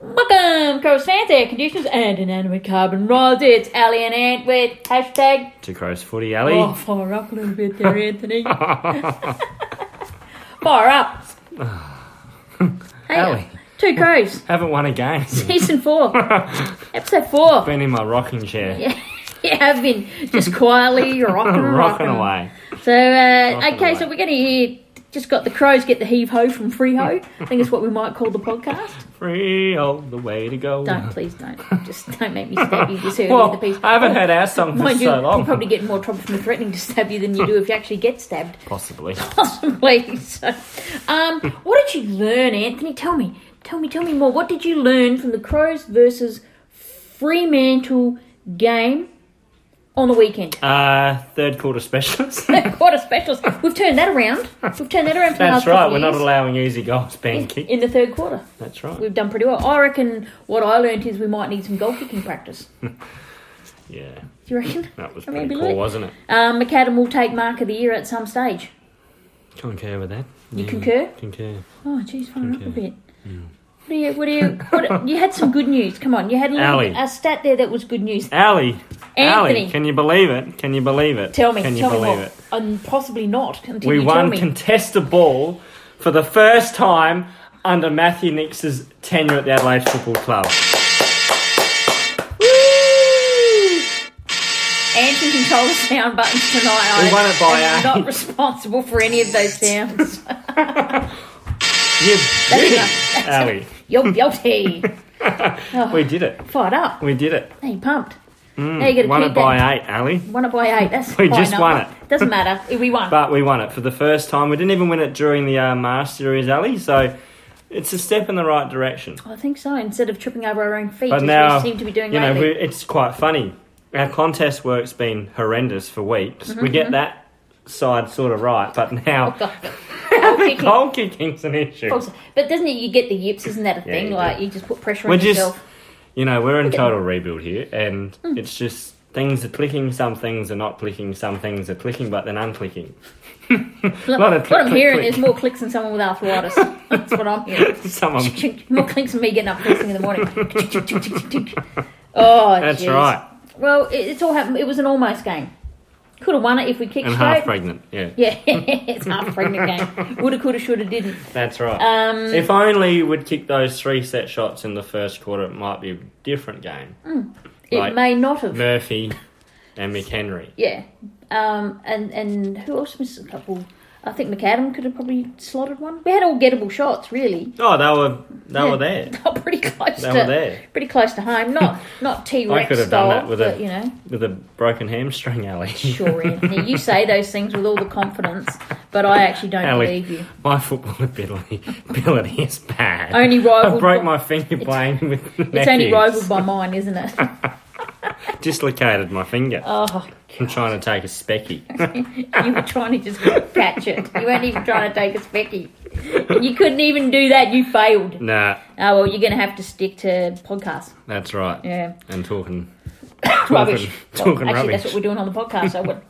Welcome, Crow's fans, air conditioners, and inanimate carbon rods. It's Ali and Ant with hashtag. To Crows Footy Alley. Oh, fire up a little bit there, Anthony. fire up. hey, Alley. Two Crows, Haven't won a game. season four, episode four. Been in my rocking chair. Yeah, yeah, I've been just quietly rocking, and rocking rocking away. So, uh, Rocking okay, so away. we're going to hear. Just got the crows get the heave ho from Freeho. I think it's what we might call the podcast. Free all the way to go. Don't please don't. Just don't make me stab you this early in Well, the piece. I haven't heard our song for Mind you, so you long. probably get in more trouble from threatening to stab you than you do if you actually get stabbed, Possibly. possibly. So, um, what did you learn, Anthony? Tell me, tell me, tell me more. What did you learn from the Crows versus Fremantle game on the weekend? Uh, third quarter specialist. What a specialist! We've turned that around. We've turned that around. For That's the last right, couple we're of not years. allowing easy goals being kicked. in the third quarter. That's right. We've done pretty well. I reckon what I learned is we might need some goal kicking practice. Yeah, Do you reckon? that was I mean, pretty look. cool, wasn't it? Um, McAdam will take mark of the year at some stage. Concur with that. You concur? Concur. Oh, geez, fire up a Okay. bit. What do you? What do you? What, you had some good news. Come on, you had a, little, Ali. a stat there that was good news. Alley. Anthony. Alley, can you believe it? Can you believe it? Tell me, Can you tell me believe what? it? And possibly not until We you tell won me. contested ball for the first time under Matthew Nix's tenure at the Adelaide Football Club. Woo! Anton controls the sound buttons tonight. We I won it by am eight. not responsible for any of those sounds. You did enough. it, Ali. You're guilty. Oh, We did it. Fired up. We did it. Hey, pumped. now you got to Won keep it by that. eight, Ali. Won it by eight. That's We high just won number. Doesn't matter. We won. But we won it for the first time. We didn't even win it during the uh, Mars series, Ali. So it's a step in the right direction. I think so. Instead of tripping over our own feet, But as now, we seem to be doing you know, lately. we, it's quite funny. Our contest work's been horrendous for weeks. Mm-hmm, We get that side sort of right, but now God. Goal kicking. goal kicking's an issue. Goals. But doesn't it? You get the yips, isn't that a thing? you like you just put pressure We're on just, yourself. Hmm. you know, we're in total rebuild here, and it's just things are clicking. Some things are not clicking. Some things are clicking, but then unclicking. lot of what click, I'm click, hearing click. is more clicks than someone with arthritis. That's what I'm hearing. Someone. more clicks than me getting up first thing in the morning. oh, That's jeez. right. Well, it, it's all happened. It was an almost game. Could have won it if we kicked And half straight. pregnant. Yeah. Yeah, it's half pregnant game. Woulda, coulda, shoulda, didn't. That's right. Um, if only we'd kick those three set shots in the first quarter, it might be a different game. Hmm. It Like- may not have. Murphy and McHenry. Yeah. Um, and and who else missed a couple? I think McAdam could have probably slotted one. We had all gettable shots, really. Oh, they were they Yeah. were there They were pretty close. They to, were there. Pretty close to home. Not not T Rex. I could have done that with a- you know. with a broken hamstring, Ali. Sure, Anthony. You say those things with all the confidence, but I actually don't Ali. believe you. My football ability, ability is bad. Only I rivaled. broke by- my finger playing with It's nephews. only rivaled by mine, isn't it? Dislocated my finger. Oh, I'm trying to take a specky. you were trying to just catch it. You weren't even trying to take a specky. You couldn't even do that. You failed. nah, Oh well, you're going to have to stick to podcasts. that's right. Yeah. And talking rubbish. Talking Well, actually, that's rubbish. what we're doing on the podcast. So what?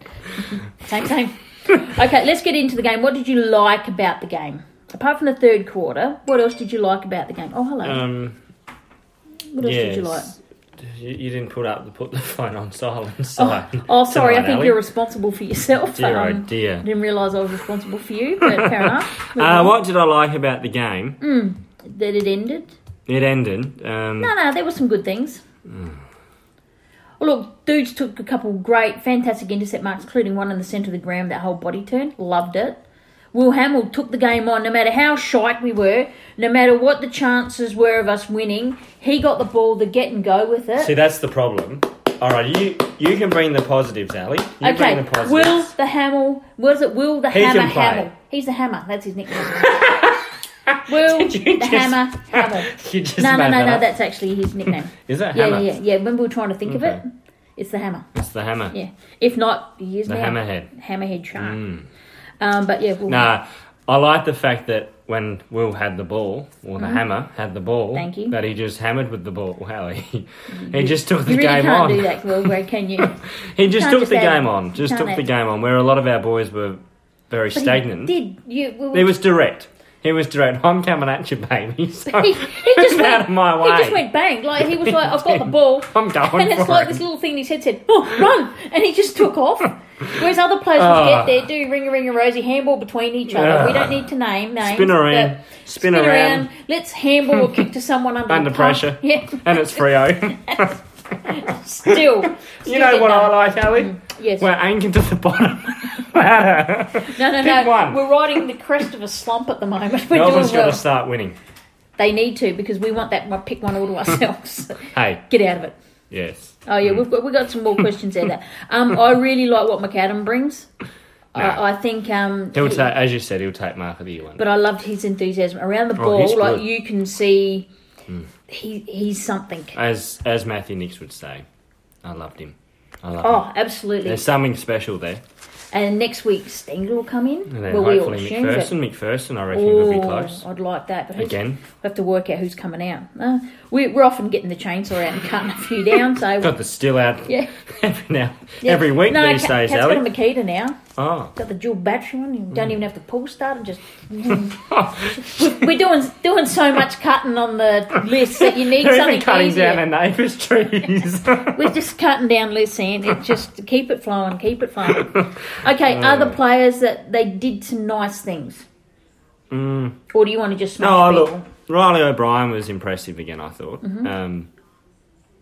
same, same. Okay, let's get into the game. What did you like about the game? Apart from the third quarter, what else did you like about the game? Oh, hello. um what else yes. did you like? You, you didn't put up put the phone on silent. Oh, Sorry. oh, sorry. I Tonight, think Ali. you're responsible for yourself. Dear, oh Um, I dear. didn't realise I was responsible for you, but fair enough. Uh, what did I like about the game? Mm. That it ended. It ended. Um, No, no, there were some good things. Well, look, dudes took a couple great, fantastic intercept marks, including one in the centre of the ground, that whole body turn. Loved it. Will Hamill took the game on, no matter how shite we were, no matter what the chances were of us winning, he got the ball to get and go with it. See, that's the problem. All right, you you can bring the positives, Ali. You bring okay, the positives. Will the Hamill, was it Will the He Hammer can play. Hamill? He's the Hammer, that's his nickname. Will the Did you just- Hammer Hamill. You just No, no, made no, that no, up. that's actually his nickname. Is that yeah, hammer? yeah, yeah, yeah. When we were trying to think Okay. of it, it's the Hammer. It's the hammer. Yeah. If not, he is The now. hammerhead. Mm. Hammerhead shark. Um, but yeah, we'll, Nah, I like the fact that when Will had the ball, or the hammer had the ball, Mm-hmm. Thank you. that he just hammered with the ball, Ali. he just took the you really game can't on. do that, Will, where can you? He just can't took just the add- game on. you Just can't took the add- game on, where a lot of our boys were very But he stagnant. Did you? We were, It was direct. He was direct. I'm coming at you, baby. So He, he just it's out went, of my he way. just went bang. Like he was like, I've got the ball. I'm going And it's for like it. this little thing in his head said, "Oh, run!" and he just took off. Whereas other players would Ah. get there, do ring a ring a rosy handball between each other. We Ah. don't need to name names. Spin around. but Spin around. Let's handball or kick to someone under, the Under pump. pressure. Yeah, And it's Frio. still. you know what I like, Ellie? Yes. We're anchored to the bottom. no, no, pick no. one. We're riding the crest of a slump at the moment. We're Melbourne's doing got well. to start winning. They need to because we want that one- pick one all to ourselves. Hey, get out of it. yes. Oh yeah, we've got we've got some more questions there. that. Um, I really like what McAdam brings. Nah. I, I think um, He'll he- take, as you said, he'll take Mark of the Year one. but I loved his enthusiasm around the Oh, ball. he's like good. Hmm. you can see, he he's something. As as Matthew Nix would say, I loved him. I loved him. Oh, absolutely. There's something special there. And next week Stengel will come in. And then Well, we all hopefully assume that. McPherson. McPherson, I reckon, could be close. Oh, I'd like that. But who's- Again. we have to work out who's coming out. Uh, we, we're often getting the chainsaw out and cutting a few down. So Got the still out yeah, every now yeah. every week No, these Kat- days, Kat's Ellie. Mm. got a Makita now. Oh. Got the dual battery one. You don't even have to pull start and just. We're doing doing so much cutting on the list that you need They're something even cutting easier. down their neighbours' trees. We're just cutting down loose end. It just keep it flowing, keep it flowing. Okay, Uh. other players that they did some nice things. Or do you want to just smash Mm. no, people? Oh, look, Riley O'Brien was impressive again. I thought. Mm-hmm. Um,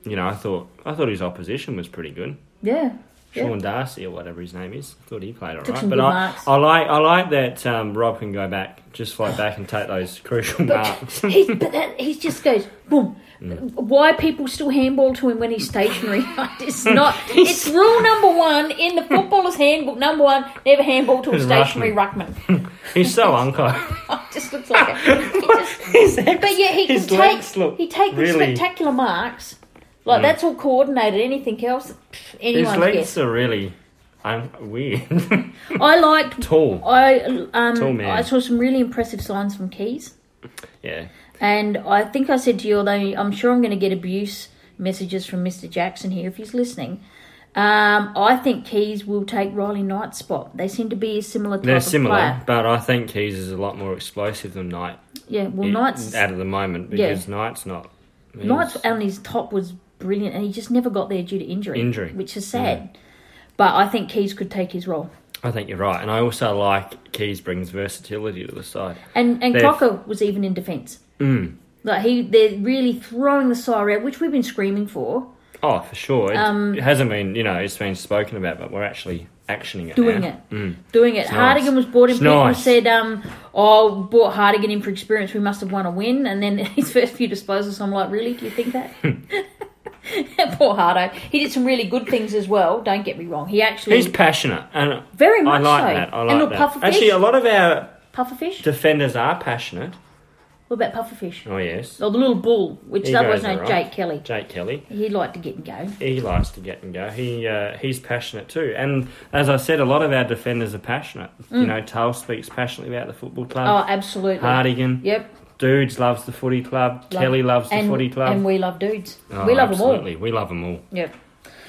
you know, I thought I thought his opposition was pretty good. Yeah, Yeah. Sean Darcy or whatever his name is. I thought he played Took alright. some But good I, marks. I like I like that um, Rob can go back, just fly back and take those crucial marks. he, but that, he just goes boom. Mm. Why people still handball to him when he's stationary? it's not. It's rule number one in the footballer's handbook. Number one: never handball to a It's stationary ruckman. He's so unkind. It just looks like it. He just- but yeah, he his can legs take look he takes the really- Mm. spectacular marks. Like that's all coordinated. Anything else, pff, His anyone's legs guess. are really um, weird. I liked. Tall. I Tall um man. I saw some really impressive signs from Keys, Yeah. and I think I said to you, although I'm sure I'm going to get abuse messages from Mr. Jackson here if he's listening. Um, I think Keys will take Riley Knight's spot. They seem to be a similar type They're of similar, player. but I think Keys is a lot more explosive than Knight Yeah, well, i- Knight's at the moment Yeah. because Knight's not. he's- Knight's on his top was brilliant, and he just never got there due to injury. Injury. which is sad. But I think Keys could take his role, I think you're right, and I also like Keys brings versatility to the side. and and They're- Crocker was even in defence. Mm. Like he, they're really throwing the side out, which we've been screaming for, Oh, for sure. It, Um, it hasn't been, you know, it's been spoken about, but we're actually actioning it. doing now. it, doing it. Mm. nice. Hardigan was brought in. It's People nice. said, um, "Oh, brought Hardigan in for experience. We must have won a win." And then his first few disposals, I'm like, "Really? Do you think that?" Hmm. Poor Hardo. He did some really good things as well. Don't get me wrong. He actually He's passionate, and very I much like so. that. I and like look, that. Pufferfish. Actually, a lot of our Pufferfish? defenders are passionate. What about pufferfish? Oh yes, Or the little bull, which He the other goes was named alright. Jake Kelly. Jake Kelly. He liked to get and go. He likes to get and go. He uh, he's passionate too, and as I said, a lot of our defenders are passionate. You know, Tull speaks passionately about the football Mm. Oh, club. absolutely. Hardigan, Yep. dudes loves the footy club. Love- Kelly loves the and, footy club. And we love dudes. Oh, we love them absolutely. We love them all. all. Yep.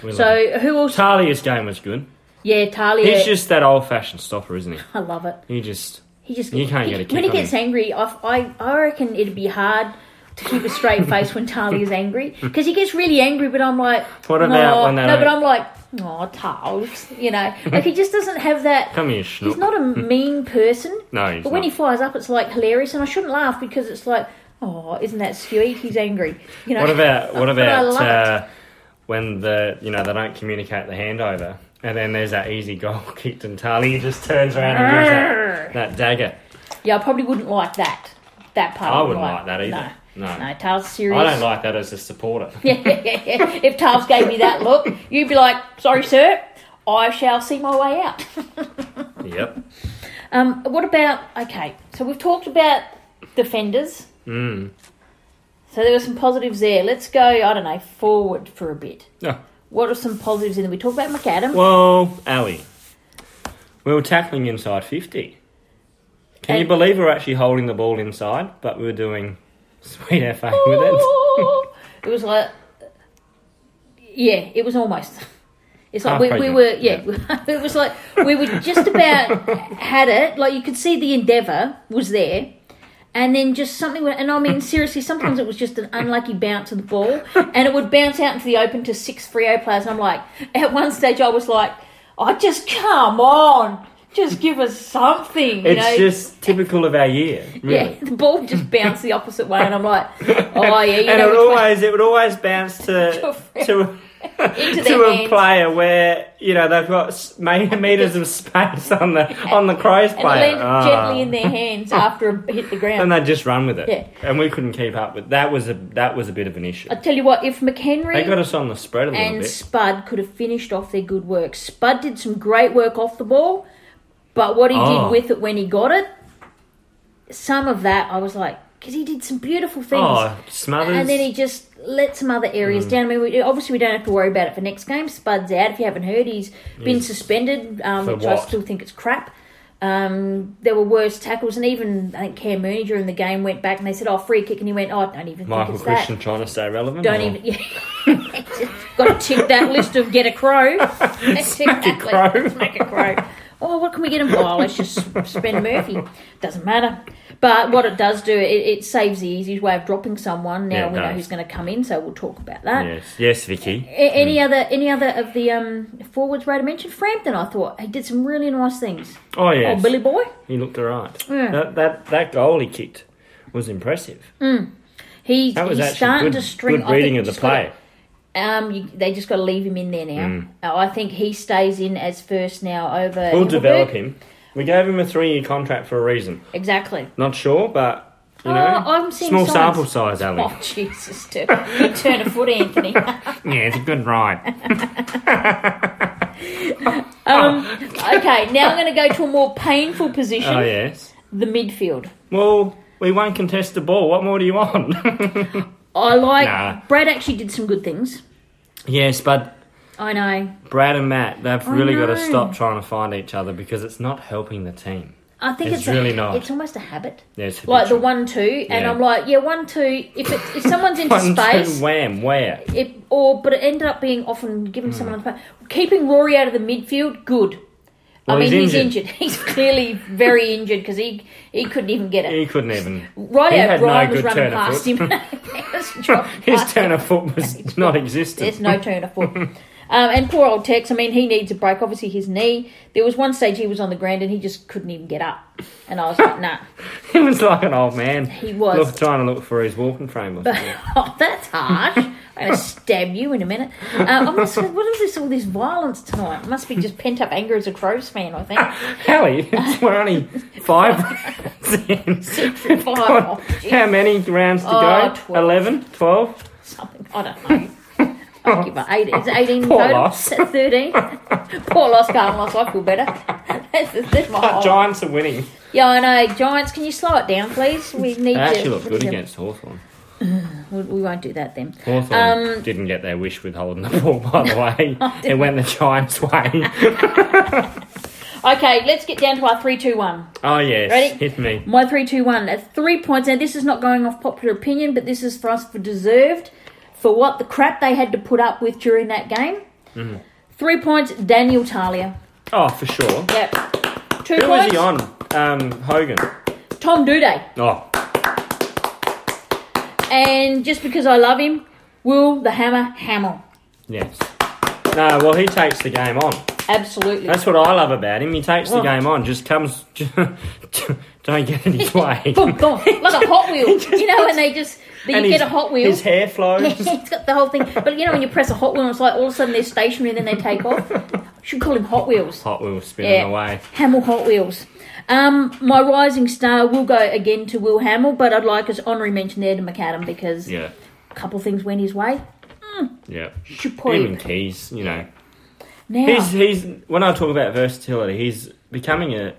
We love 'em. So who else? Talia's game was good. yeah, Talia. He's just that old-fashioned stopper, isn't he? I love it. He just He just You can't he- get a kick when he on gets angry. I, I I reckson it'd be hard to keep a straight face when Talia's angry because he gets really angry. But I'm like, What no, about when they no? But don't- I'm like, oh, Tals, you know, like he just doesn't have that. come here, He's schnook. not a mean person. no, he's But when not. he fires up, it's like hilarious, and I shouldn't laugh because it's like, oh, isn't that sweet? He's angry. You know. What about what But I about love it. uh, when the you know they don't communicate the handover, and then there's that easy goal kicked, and Tali just turns around and gives that, that dagger. Yeah, I probably wouldn't like that. That part. I of wouldn't like that either. No, No, no Tar's serious. I don't like that as a supporter. if Tarves gave me that look, you'd be like, sorry, sir. I shall see my way out. yep. Um, what about okay? So we've talked about defenders. Mm. So there were some positives there. Let's go. I don't know forward for a bit. Yeah. What are some positives in there? We talked about McAdam. Well, Ali, we were tackling inside fifty. Can you And- believe we we're actually holding the ball inside, but we were doing sweet FA with it? it was like, yeah, it was almost. It's like we, Halfway we done. were, yeah, it was like we were just about had it. Like you could see the endeavour was there, And then just something, went- and I mean, seriously, sometimes it was just an unlucky bounce of the ball, and it would bounce out into the open to six Frio players. And I'm like, at one stage, I was like, I just come on, just give us something. You It's know? just typical of our year, really. Yeah, the ball just bounced the opposite way, and I'm like, oh yeah, you and it know, would which way- always it would always bounce to To a to into to their a hands. player where you know they've got s- ma- meters of space on the on the Crows and it player, landed Ah. gently in their hands after it hit the ground. and they just run with it. Yeah. and we couldn't keep up. But that was a that was a bit of an issue. I tell you what, if They got McHenry us on the spread a little and bit. Spud could have finished off their good work, Spud did some great work off the ball, but what he Oh. did with it when he got it, some of that I was like, because he did some beautiful things. Oh, Smothers. And then he just let some other areas Mm. down. I mean, we, obviously, we don't have to worry about it for next game. Spud's out. If you haven't heard, he's been He's- suspended, um, For which I what? still think it's crap. Um, there were worse tackles, and even I think Cam Mooney during the game went back and they said, "Oh, free kick," and he went, "Oh, I don't even Michael think it's Christian that." trying to stay relevant. Don't or- even. Yeah. Just Got to tick that list of get a crow. Smack a crow. Smack a crow. Oh, what can we get him? Oh, let's just spend Murphy. Doesn't matter. But what it does do, it, it saves the easiest way of dropping someone. Now Yeah, it we know does. who's going to come in, so we'll talk about that. Yes, yes, Vicky. A- any other, any other of the um, forwards? Rate I mentioned Frampton. I thought he did some really nice things. Oh yes, Oh, Billy Boy. he looked alright. Yeah. That, that that goal he kicked was impressive. He's, That was he's starting actually to good, string. I good think reading of the just gotta- play. Um, you, they just got to leave him in there now. Mm. Uh, I think he stays in as first now over. We'll Hilberg. develop him. We gave him a three-year contract for a reason. Exactly. Not sure, but you Oh, know, I'm seeing small signs. sample size, Ali. Oh Jesus! Turn, you turn a foot, Anthony. Yeah, it's a good ride. okay, now I'm going to go to a more painful position: oh yes. the midfield. Well, we won't contest the ball. What more do you want? I like Nah. Brad. Actually, did some good things. yes, but I know. Brad and Matt, they've really got to know. stop trying to find each other because it's not helping the team. I think it's, It's really a, not. It's almost a habit. Yeah, it's Like the habitual. one two, and Yeah. I'm like, yeah, one two. If it, if someone's into One, two, space, wham, where? it or but it ended up being often Hmm. given to someone on the keeping Rory out of the midfield. Good. I Well, mean, he's he's injured. injured. He's clearly very injured because he he couldn't even get it. He couldn't even. Right he out, had no Brian was good running turn of past foot. him. He was dropped His past turn him. of foot was not There's existent. no turn of foot. Um, and poor old Tex. I mean, he needs a break. Obviously, his knee. There was one stage he was on the ground and he just couldn't even get up. And I was like, nah. He was like an old man. He was. Look, trying to look for his walking frame. or something. oh, that's harsh. I'm going to stab you in a minute. Uh, I'm just, what is this, all this violence tonight? must be just pent up anger as a Crows fan, I think. Oh, Hallie, it's- we're only five rounds in. Five, oh, gee, How many rounds to Oh, go? twelve. 11? 12? something. I don't know. I'll give it eight. It's 18 Poor total. loss. That's 13. Poor loss, Carl loss. I feel better. That's, that's my whole- Giants are winning. Yeah, I know. Giants, can you slow it down, please? We need They to. actually look good against Hawthorn. We, we won't do that then. Hawthorn Um, didn't get their wish with holding the ball, by the way. Oh, it went the Giants' way. Okay, let's get down to our three, two, one. Oh, yes. Ready? Hit me. My three, two, one. At three points. Now, this is not going off popular opinion, but this is for us for deserved for what the crap they had to put up with during that game. Mm-hmm. Three points, Daniel Talia. Oh, for sure. Yep. Two Who points, was he on? Um, Hogan. Tom Duday. Oh, And just because I love him, Will the Hammer Hamill. yes. No, well, he takes the game on. Absolutely. That's what I love about him. He takes Well- the game on, just comes. don't get in his way. boom, boom. Like a Hot Wheel. you know, and they just, you And get his- a Hot Wheel. His hair flows. Yeah, it's got the whole thing. But you know, when you press a Hot Wheel, it's like all of a sudden they're stationary and then they take off. Should call him Hot Wheels. Hot wheel spinning Yeah. away. Hamill Hot Wheels. Um, my rising star will go again to Will Hamill, but I'd like his honorary mention there to McAdam because Yeah, a couple things went his way. yeah. Even Shapoy. Keys, you know, Now he's he's when I talk about versatility, he's becoming a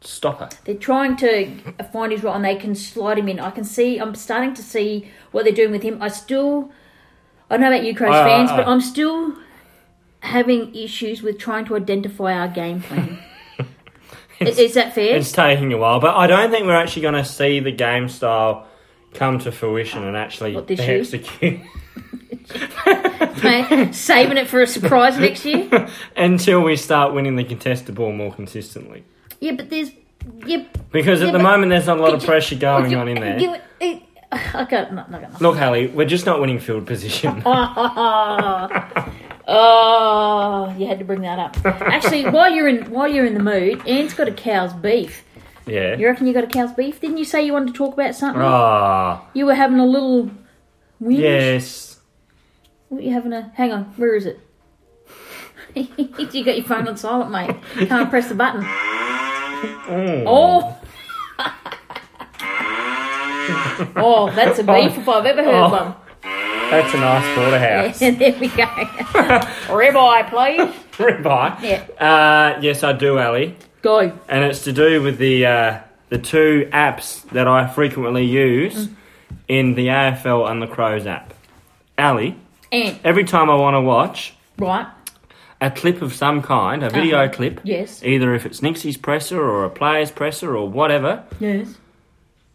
stopper. they're trying to find his role and they can slide him in. I can see. I'm starting to see what they're doing with him. I still. I don't know about you, Crows I- I- fans, but I- I'm still having issues with trying to identify our game plan. I- is, that fair? It's taking a while, but I don't think we're actually going to see the game style come to fruition and actually What, this year? execute Mate, Saving it for a surprise next year. until we start winning the contested ball more consistently. Yeah, but there's Yep. Because at Yeah, the but- moment, there's not a lot of But you- pressure going you- on in there. you- it- I can't. No, no, no. Look, Hallie, we're just not winning field position. Uh, Oh, you had to bring that up. Actually, while you're in while you're in the mood, Anne's got a cow's beef. You yeah. reckon you got a cow's beef? Didn't you say you wanted to talk about something? Ah, You were having a little. Whinge. yes. What you having a? Hang on. Where is it? you got your phone on silent, mate. Can't press the button. Mm. Oh. oh, that's a beef if I've ever heard Oh. one. That's a nice porterhouse. And there we go. Ribeye, please. Ribeye. Uh, yes, I do, Ali, Go. and it's to do with the uh, the two apps that I frequently Mm. use in the AFL and the Crows app. Ali, And every time I want to watch right. a clip of some kind, a video Uh-huh. clip, Yes. either if it's Nixie's presser or a player's presser or whatever, Yes.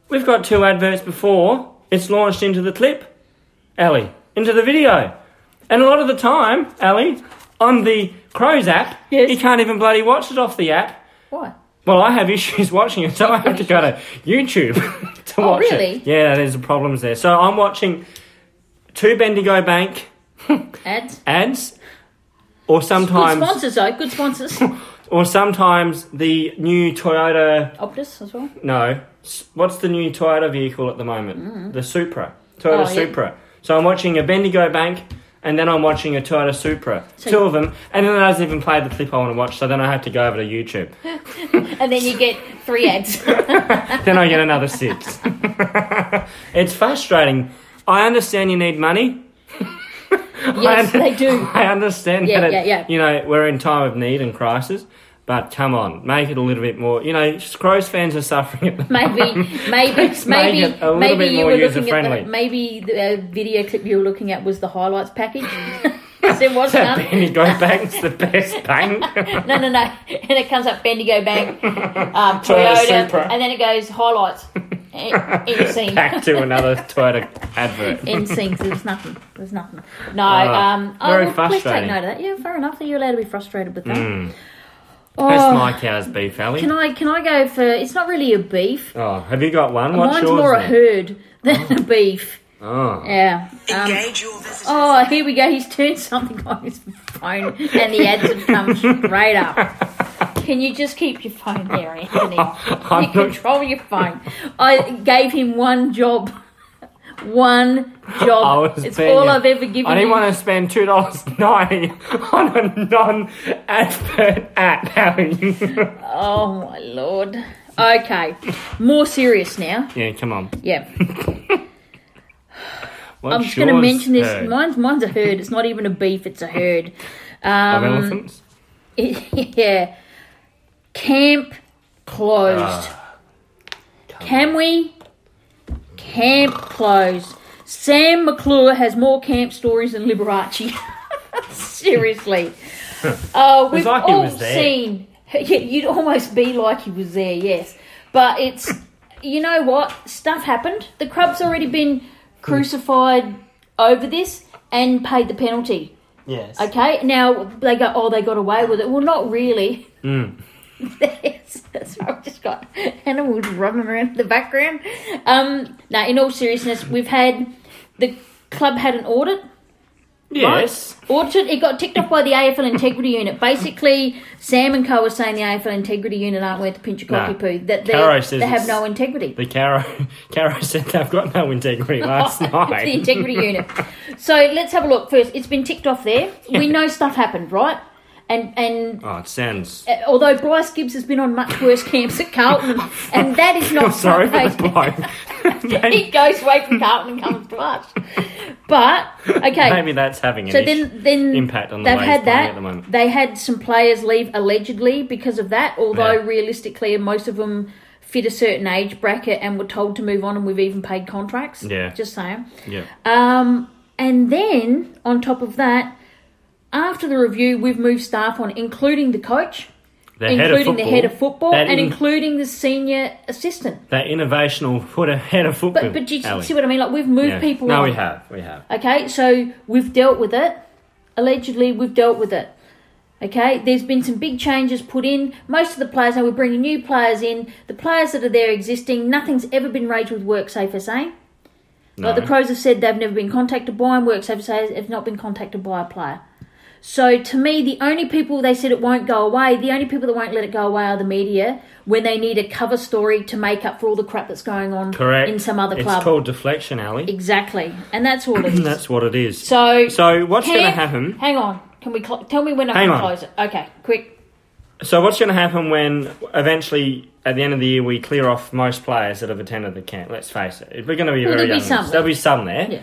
we've got two adverts before it's launched into the clip, Ali, into the video, and a lot of the time, Ali, on the Crows app, Yes. you can't even bloody watch it off the app. Why? Well, I have issues watching it, so I have to go to YouTube to Oh, watch really? it. Yeah, there's problems there. So I'm watching two Bendigo Bank Ads. ads, or Good sometimes, sponsors though. Good sponsors. or sometimes the new Toyota. Optus as well. No, s- what's the new Toyota vehicle at the moment? The Supra, Toyota Mm. Oh, yeah. Supra. So I'm watching a Bendigo Bank. And then I'm watching a Toyota Supra, So- two of them, and then it doesn't even play the clip I want to watch. So then I have to go over to YouTube. And then you get three ads. then I get another six. it's frustrating. I understand you need money. yes, they do. I understand Yeah, that it, yeah, yeah. you know we're in time of need and crisis, but come on, make it a little bit more. You know, Crows fans are suffering. At the Maybe, maybe, Let's make maybe, it a little maybe bit you more were looking at user-friendly. the, maybe the uh, video clip you were looking at was the highlights package. 'Cause there was that none. Bendigo Bank's the best bank. No, no, no. And it comes up Bendigo Bank, um, Toyota Toyota, Supra. and then it goes highlights. E- End scene. Back to another Toyota advert. End scene. 'cause There's nothing. There's nothing. No. Ah, um, oh, very well, Let's take frustrating. Hmm. note of that. Yeah, fair enough. You're allowed to be frustrated with that. That's Oh, my cow's beef, Ellie. Can I? Can I go for? It's not really a beef. Oh, have you got one? What's Mine's yours? more a then? herd than a beef. Oh. Yeah. Um, Engage your visitors. Oh, here we go. He's turned something on his phone, and the ads have come straight up. Can you just keep your phone there, Anthony? I'm you not- control your phone. I gave him one job. One I job. was It's being- all I've ever given I didn't you. want to spend two dollars ninety on a non-advert app. Howie. Oh my lord. Okay. More serious now. yeah, come on. Yeah. What's I'm just going to yours, mention this. Herb? Mine's mine's a herd. It's not even a beef. It's a herd. Um, Of elephants. yeah. Camp closed. Can we? Camp closed. Sam McClure has more camp stories than Liberace. Seriously. Uh, we've like he all was there. seen. Yeah, you'd almost be like he was there, yes. But it's. You know what? Stuff happened. The club's already been crucified over this and paid the penalty. Yes. Okay, now they go, oh, they got away with it. Well, not really. Hmm. That's- That's why I've just got animals running around in the background. Um, now, in all seriousness, we've had the club had an audit. Yes. Audited. It got ticked off by the AFL Integrity Unit. Basically, Sam and Co were saying the AFL Integrity Unit aren't worth a pinch of No. cocky poo. That Caro they says they have it's- no integrity. The Caro, Caro said they've got no integrity last It's the night. integrity unit. So let's have a look first. It's been ticked off there. We know stuff happened, right? And and Oh, it sounds. although Bryce Gibbs has been on much worse camps at Carlton, and that is not Oh, I'm sorry for front the page. bloke. He maybe, goes away from Carlton and comes to us. But okay, maybe that's having an so issue. then then impact on the they've way had he's playing that. at the moment. They had some players leave allegedly because of that. Although Yeah. realistically, most of them fit a certain age bracket and were told to move on, and we've even paid contracts. Yeah. just saying. yeah. Um, and then on top of that, after the review, we've moved staff on, including the coach, the head of including football. the head of football, That, and in- including the senior assistant. that innovational foot head of football. But but do you Ali. see what I mean? Like we've moved Yeah. people No, on. we have. We have. Okay, so we've dealt with it. Allegedly, we've dealt with it. Okay, there's been some big changes put in. Most of the players now we're bringing new players in. The players that are there existing, nothing's ever been raised with WorkSafe SA. No. Like the pros have said, they've never been contacted by them. WorkSafe SA have not been contacted by a player. So to me, the only people they said it won't go away, the only people that won't let it go away are the media when they need a cover story to make up for all the crap that's going on Correct. in some other it's club. called deflection, Ali. exactly, and that's all it is. That's what it is. so So what's Can- going to happen? Hang on. Can we cl- tell me when I Hang can on. close it? Okay, quick. So what's going to happen when eventually at the end of the year we clear off most players that have attended the camp? Let's face it, we're going to be Well, there'll very be young. some left. There'll be some there. Yeah.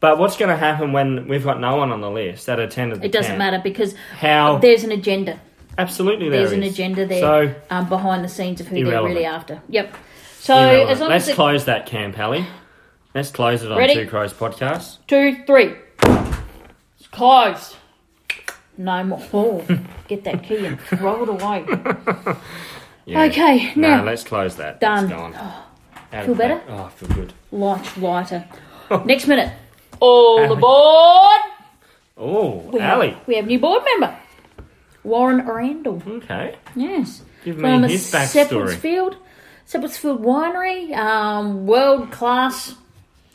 But what's going to happen when we've got no one on the list that attended the It doesn't camp? matter because How there's an agenda. absolutely Oh. there There's an is. agenda there So um, behind the scenes of who Irrelevant. they're really after. Yep. So irrelevant. as long let's as it, close that camp, Ali. Let's close it on Ready? Two Crows podcast. two, three, it's closed. No more. Oh, get that key and throw it away. Yeah. Okay, No, now let's close that. Done. Oh, It's gone. Out Feel of the better? way. Oh, I feel good. launch lighter. Next minute, all aboard. Oh, We have- Ali. we have new board member, Warren Randall. Okay. Yes. Give me From his backstory. Sepplesfield, Sepplesfield Winery, um, world class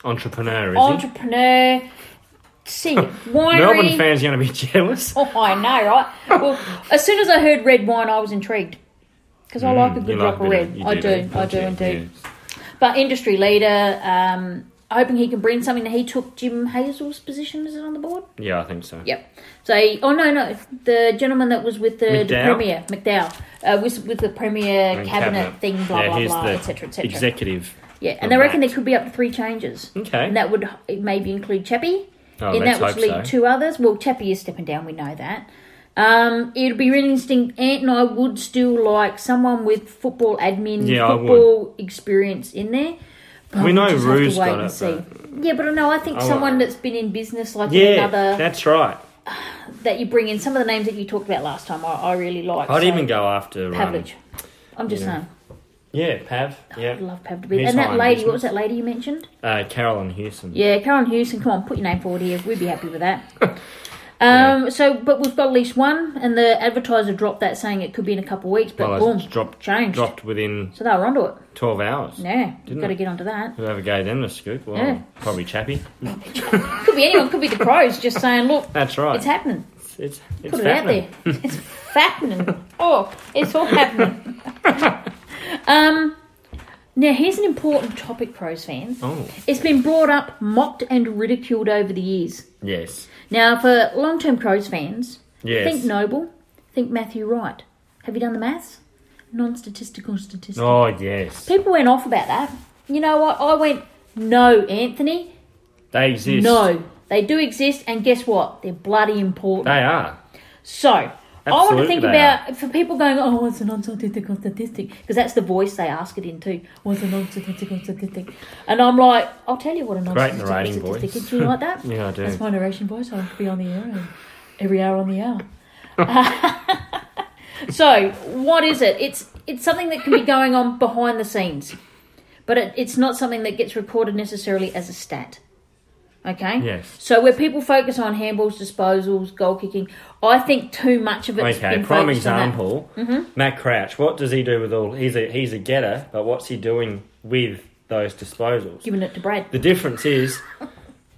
Entrepreneur, is he? entrepreneur, singer, Melbourne winery. fans are going to be jealous. Oh, I know, right? Well, as soon as I heard red wine, I was intrigued because I like a Mm, You good like drop a of bit red. you I do, I do Yeah, indeed. yeah. But industry leader, um, hoping he can bring something that he took Jim Hazel's position. Is it on the board? Yeah, I think so. Yep. So, he- oh no, no, the gentleman that was with the, the McDowell? premier McDowell uh, was with the premier And cabinet, thing, blah yeah, blah he's blah, the etc. etc. Executive. yeah, of and they reckon that. there could be up to three changes, Okay. and that would h- maybe include Chappie. Oh, and let's that would hope lead so. two others. Well, Chappie is stepping down. We know that. Um, it'd be really interesting. Ant and I would still like someone with football admin, Yeah, I would. football experience in there. But We know just have to Rue's wait got and it, see. Yeah, but no, I think I someone want- that's been in business, like yeah, another that's right. that you bring in some of the names that you talked about last time. I, I really like. I'd So, even go after. Um, Pavlich. I'm just you know, saying, yeah, Pav. I Yeah, love Pavlich. He's And high that in lady, what business. was that lady you mentioned? uh, Carolyn Hewson. Yeah, Karen Houston. Come on, put your name forward here. We'd be happy with that. Um, Yeah. So, but we've got at least one, and the advertiser dropped that saying it could be in a couple of weeks, but Well, boom, it's dropped changed. dropped within So they were onto it. twelve hours. Yeah, Didn't got to it? get onto that. Whoever gave them the scoop, well, Yeah. probably Chappie. Could be anyone. Could be the crows. Just saying, look, That's right. it's happening. It's it's, it's Put it happening. out there. It's happening. Oh, it's all happening. um, now here's an important topic, crows fans. Oh It's been brought up, mocked, and ridiculed over the years. yes, Now, for long-term crows fans, yes. Think Noble. Think Matthew Wright. Have you done the maths? Non-statistical statistics. Oh yes, People went off about that. You know what? I went, no, Anthony. they exist. No. They do exist, and guess what? They're bloody important. they are. So, I want to Absolutely think they about for people going, oh, it's a non statistical statistic? Because that's the voice they ask it in too. What's a non statistical statistic? And I'm like, I'll tell you what a non Great statistical narrating statistic voice. is. Do you like that? Yeah, I do. That's my narration voice. I'll be on the air and every hour on the hour. so, what is it? It's it's something that can be going on behind the scenes, but it, it's not something that gets recorded necessarily as a stat. Okay. Yes. So where people focus on handballs, disposals, goal kicking, I think too much of it's Okay, been prime focused on that. Mm-hmm. example. Matt Crouch. What does he do with all? He's a he's a getter, but what's he doing with those disposals? Giving it to Brad. The difference is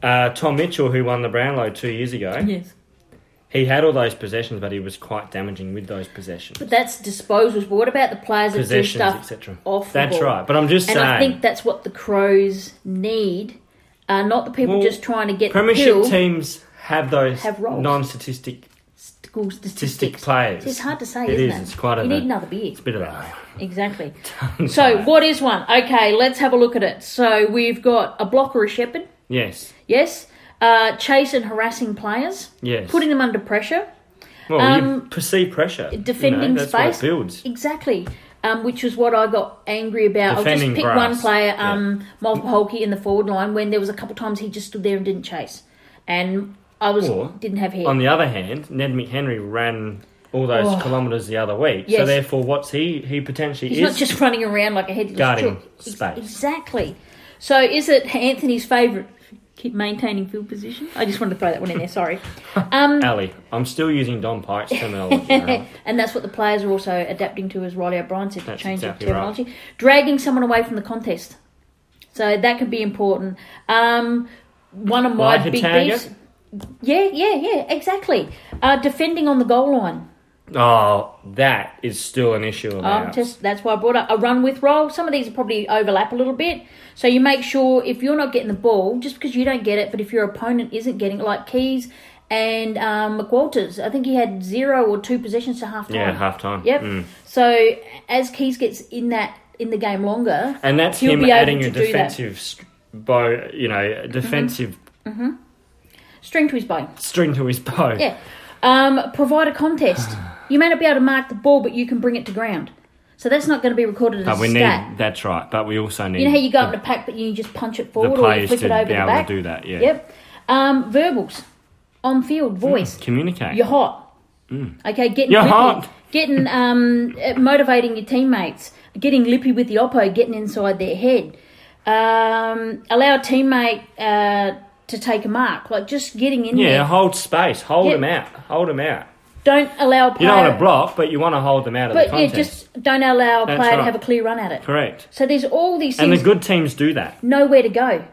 uh, Tom Mitchell, who won the Brownlow two years ago, Yes. he had all those possessions, but he was quite damaging with those possessions, But that's disposals. But what about the players that do possessions, stuff etc. off the That's ball? right. But I'm just And saying, I think that's what the Crows need, uh, not the people Well, just trying to get the Premiership pill. teams have those have roles. non-statistic School statistic statistics. players. It's hard to say, It isn't is, it? It's quite a you need another beer. it's a bit of a Exactly. Sorry. So what is one? Okay, let's have a look at it. So we've got a blocker, a shepherd. yes, Yes. Uh, chase and harassing players, yes. putting them under pressure. well, you um, perceive pressure. you defending know, that's space. What it builds. Exactly. Um, which was what I got angry about. I'll Defending just pick grass. one player, um, Malcolm Holkey, in the forward line when there was a couple times he just stood there and didn't chase, and I was Or, didn't have hair. On the other hand, Ned McHenry ran all those Oh. kilometres the other week. So Yes. therefore, what's he? He potentially He's is not just running around like a headless guarding chook. Ex- space. Exactly. So is it Anthony's favourite Keep maintaining field position. I just wanted to throw that one in there. Sorry. Um, Ali, I'm still using Don Pike's terminology. alright? and that's what the players are also adapting to, as Riley O'Brien said, to That's change exactly their terminology, dragging someone away from the contest. So that could be important. Um, one of my Like a big tagger? beefs. Yeah, yeah, yeah, exactly. Uh, defending on the goal line. Oh, that is still an issue of I'm ours. Um, just that's why I brought up a run with roll. Some of these probably overlap a little bit, so you make sure if you're not getting the ball, just because you don't get it, but if your opponent isn't getting it, like Keys and um, McWalters, I think he had zero or two possessions to half time. yeah, half time. Mm. Yep. So as Keys gets in that in the game longer, And that's He'll him be able adding to a do that. Mm-hmm. defensive s- bow, you know, a defensive string to his bow. string to his bow. Yeah. Um, provide a contest. you may not be able to mark the ball, but you can bring it to ground. So that's not going to be recorded as But a we stat. need that's right. But we also need You know how you go up in a pack, but you just punch it the forward or you players flip to it over be the able back. to do that. Yeah. Yep. Um, verbals, on field voice. Communicate. You're hot. Okay, getting Mm. You're lippy, hot. getting um, uh, motivating your teammates, getting lippy with the oppo, getting inside their head. Um, allow a teammate uh, to take a mark, like just getting in yeah, there. hold space. Hold Yep. them out. Hold them out. Don't allow a You player. don't want to block, but you want to hold them out of the Uh, but yeah, contest. just don't allow a That's player to right. have a clear run at it. Correct. So there's all these And things. the good teams do that. nowhere to go.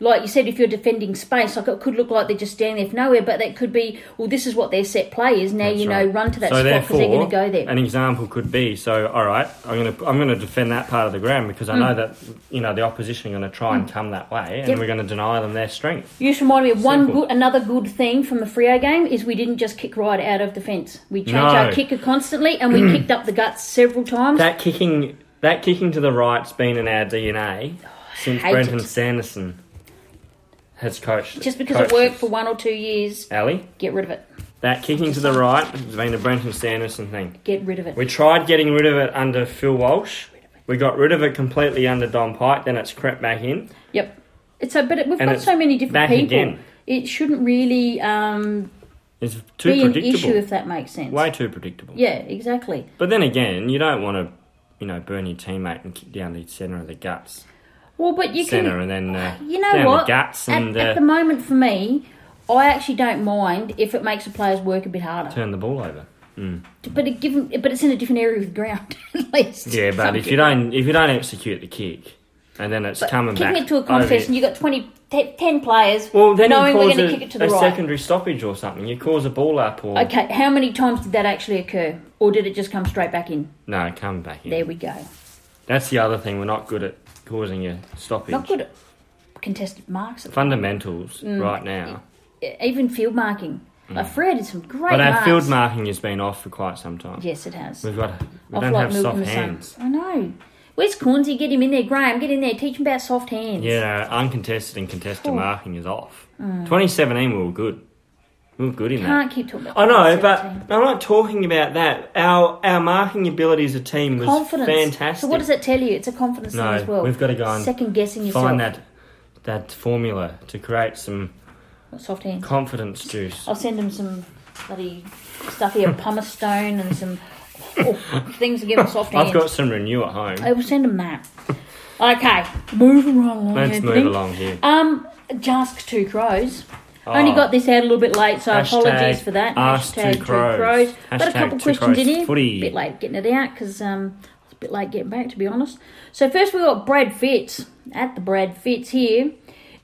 Like you said, if you're defending space, like it could look like they're just standing there for nowhere, but that could be, well, this is what their set play is. Now That's you know, right. run to that so spot because therefore, they're going to go there. An example could be so. All right, I'm going to I'm going to defend that part of the ground because I know that you know the opposition are going to try and come that way, and Hmm. Yep. we're going to deny them their strength. you just remind me of one Simple. good, another good thing from the Frio game is we didn't just kick right out of defence. We changed No. our kicker constantly and we kicked up the guts several times. That kicking that kicking to the right's been in our DNA since Oh, hate Brenton it. Sanderson has coached. just because coached it worked us. for one or two years, Ali. get rid of it. That kicking to the right has been a Brenton Sanderson thing. Get rid of it. We tried getting rid of it under Phil Walsh. We got rid of it completely under Don Pike. Then it's crept back in. Yep. It's so, but it, we've And got it's so many different back people. again. It shouldn't really um, It's too be an predictable. issue if that makes sense. Way too predictable. Yeah, exactly. But then again, you don't want to, you know, burn your teammate and kick down the centre of the guts, Well, but you can. centre, and then uh, You know down what? the guts at, and at uh, the moment, for me, I actually don't mind if it makes the players work a bit harder. turn the ball over. But it given, but it's in a different area of the ground at least. Yeah, but if you don't, if you don't execute the kick, and then it's coming kicking back. it to a over contest, and you- you have got 20, te- 10 players well, then knowing you we're cause going a, to kick it to the a right. secondary stoppage or something. You cause a ball up or Okay, how many times did that actually occur, or did it just come straight back in? no, come back in. There we go. That's the other thing. We're not good at causing a stoppage. Not good at contested marks, Fundamentals Mm. right now, even field marking. Like Fred had some great Mm. but marks. our field marking has been off for quite some time. yes, it has. We've got we off don't like have milk in soft the sun. hands. I know. Where's Cornsey? Get him in there, Graham. Get in there. Teach him about soft hands. Yeah, uncontested and contested Cool. Mm. marking is off. 2017, we were good. We were good in that. Can't keep talking about I know, but 2017. I'm not talking about that. Our our marking ability as a team was confidence. fantastic. So what does it tell you? It's a confidence No, thing as well. we've gotta go and second guessing yourself. Find that that formula to create some soft hands. confidence juice. I'll send him some bloody stuff here, pumice stone and some oh, things to give him soft hands. I've got some renew at home. I will send him that. Okay, moving right along. Let's Anthony. move along here. Um, Jask Two Crows. Only got this out a little bit late, so apologies for that. Oh. Ask Two Crows. Got a Hashtag couple Two questions Crows in here. footy. bit late getting it out because um, I was a bit late getting back, to be honest. So first we got Brad Fitz at the Brad Fitz here.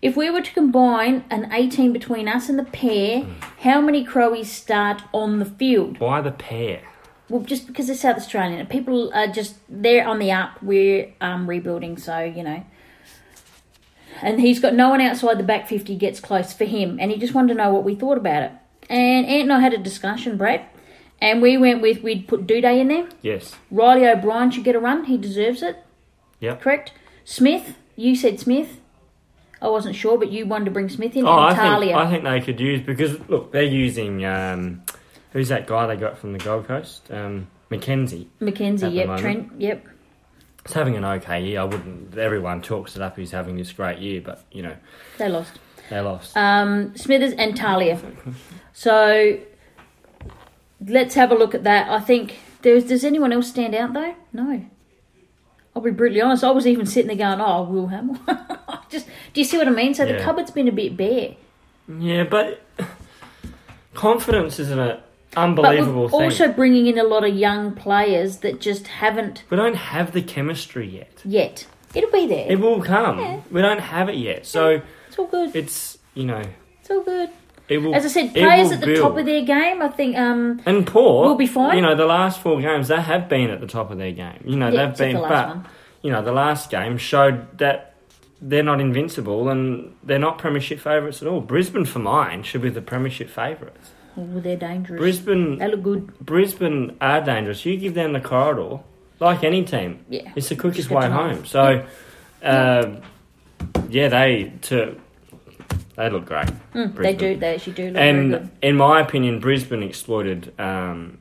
If we were to combine an 18 between us and the pair, Mm. how many Crowies start on the field? Why the pair? Well, just because they're South Australian, and people are just they're on the up. We're um, rebuilding, so you know. And he's got no one outside the back fifty gets close for him, and he just wanted to know what we thought about it. And Ant and I had a discussion, Brad, and we went with we'd put Duday in there. Yes. Riley O'Brien should get a run; he deserves it. Yep. Correct. Smith, you said Smith. I wasn't sure, but you wanted to bring Smith in. Oh, I and think, Talia. I think they could use because look, they're using um, who's that guy they got from the Gold Coast? Um, McKenzie. at Mackenzie, the yep. moment. Trent, yep. He's having an okay year. I wouldn't. Everyone talks it up. He's having this great year, but you know They lost. they lost. um, Smithers and Talia. So let's have a look at that. I think there's does anyone else stand out though? No. I'll be brutally honest. I was even sitting there going, "Oh, Will Hamill." Just do you see what I mean? So the Yeah. cupboard's been a bit bare, Yeah, but confidence is an but unbelievable we're thing. also bringing in a lot of young players that just haven't we don't have the chemistry yet. yet. It'll be there. It will come. Yeah. We don't have it yet. So it's all good. it's, you know, It's all good. it will. As I said, it players will at the build. top of their game. I think um, And Port We'll be fine. You know, the last four games they have been at the top of their game. You know, Yeah, they've except the been last but one. you know, the last game showed that they're not invincible and they're not premiership favourites at all. Brisbane for mine should be the premiership favourites. oh, they're dangerous. Brisbane They look good. Brisbane are dangerous. You give them the corridor, like any team. Yeah. It's the Just quickest get way them off. home. So uh, yeah, they to they look great. Mm, they Brisbane. do. They actually do look very good. And in my opinion, Brisbane exploited um,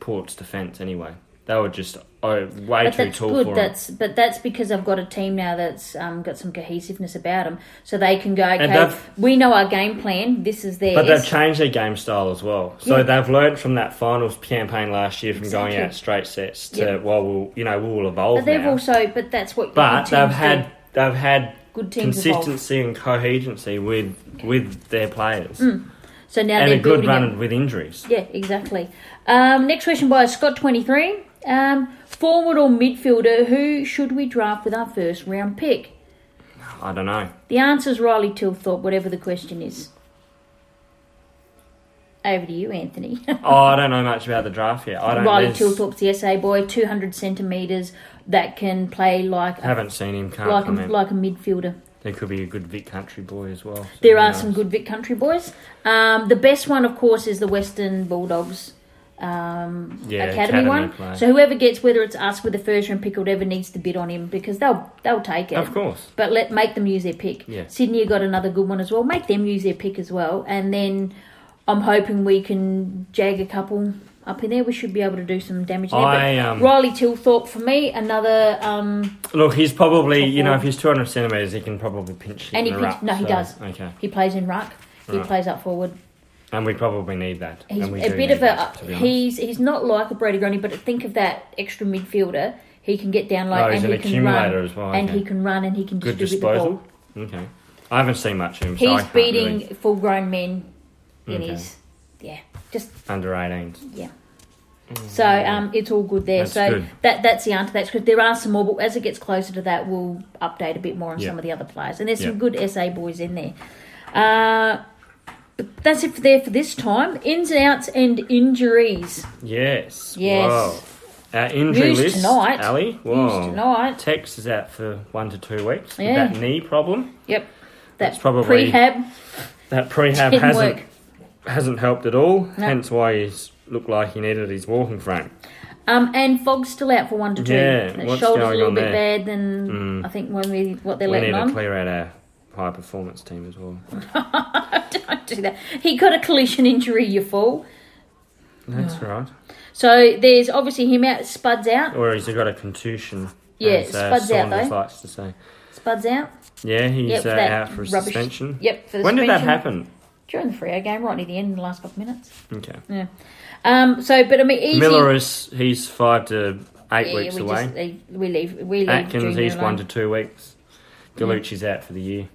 Port's defence anyway. They were just oh, way But too that's tall good. for them. That's but that's because I've got a team now that's um, got some cohesiveness about them, so they can go. Okay, they've- we know our game plan. This is theirs. But they've changed their game style as well. So Yeah. they've learned from that finals campaign last year from Exactly. going out straight sets to Yeah. well, we'll you know we'll evolve But they've now. also. But that's what. but good they've teams had do. they've had good teams evolve. consistency and coherency with with their players So now and Mm, they're a good building run it. with injuries. Yeah, exactly. Um, next question by Scott twenty three. Um, forward or midfielder? Who should we draft with our first round pick? I don't know. The answer is Riley Tilthorpe, whatever the question is. Over to you, Anthony. Oh, I don't know much about the draft yet. I don't. Riley there's- Tilthorpe's the SA boy, 200 centimetres, that can play like a, Haven't seen him. Can't like, a, comment. like a midfielder. There could be a good Vic Country boy as well. so There who are knows? some good Vic Country boys. Um, the best one, of course, is the Western Bulldogs um, Yeah, Academy, academy one. play. So whoever gets, whether it's us with the first round pick or whatever, needs to bid on him because they'll they'll take it. Of course. But let make them use their pick. Yeah. Sydney have got another good one as well. Make them use their pick as well, and then I'm hoping we can jag a couple up in there. We should be able to do some damage there. But I, um, Riley Tilthorpe for me, another. Um, Look, he's probably, Top you know, one. if he's 200 centimetres, he can probably pinch it And in he the pinch- ruck, no, he so- does. Okay. he plays in ruck. He Right. plays up forward. And we probably need that. He's and we a do bit need of a. that, to be honest. he's he's not like a Brady Grundy, but think of that extra midfielder. He can get down low Oh, and he's he an can run, accumulator as well. and okay. he can run and he can Good distribute the disposal. ball. Okay. I haven't seen much of him. so I He's can't beating really- full grown men in Okay. his yeah. Just under 18s. yeah. So um, it's all good there. That's so good. that that's the answer. That's good. There are some more, but as it gets closer to that, we'll update a bit more on Yeah. some of the other players. And there's some Yeah. good SA boys in there. Uh, but that's it for there for this time. Ins and outs and injuries. Yes. Yes. Wow. Our injury News list, tonight. Ali. Whoa. News tonight. Tex is out for one to two weeks. with Yeah. That knee problem, Yep. That's That probably- prehab that prehab didn't hasn't work. hasn't helped at all. Hence why he's looked like he needed his walking frame. Um, and Fog's still out for one to two. Yeah, That what's shoulder's going a little on bit there? Hmm. bad than I think when we what they're We need letting to on. clear out our high performance team as well. Don't do that. He got a collision injury, you fool. That's right. So there's obviously him out. Spud's out. Or he's got a contusion. Yeah, as, uh, Spud's out, Saunders though. likes to say. Spud's out. Yeah, he's Yep, uh, that out for a rubbish- suspension. Yep. For the When did that suspension. happen? During the Freo game, right near the end, in the last couple of minutes. Okay. Yeah. Um. So, but I mean, easy. Miller is he's five to eight Yeah, weeks we away. Just, they- we leave. We leave. Atkins, Junior he's alone. one to two weeks. Galucci's out for the year.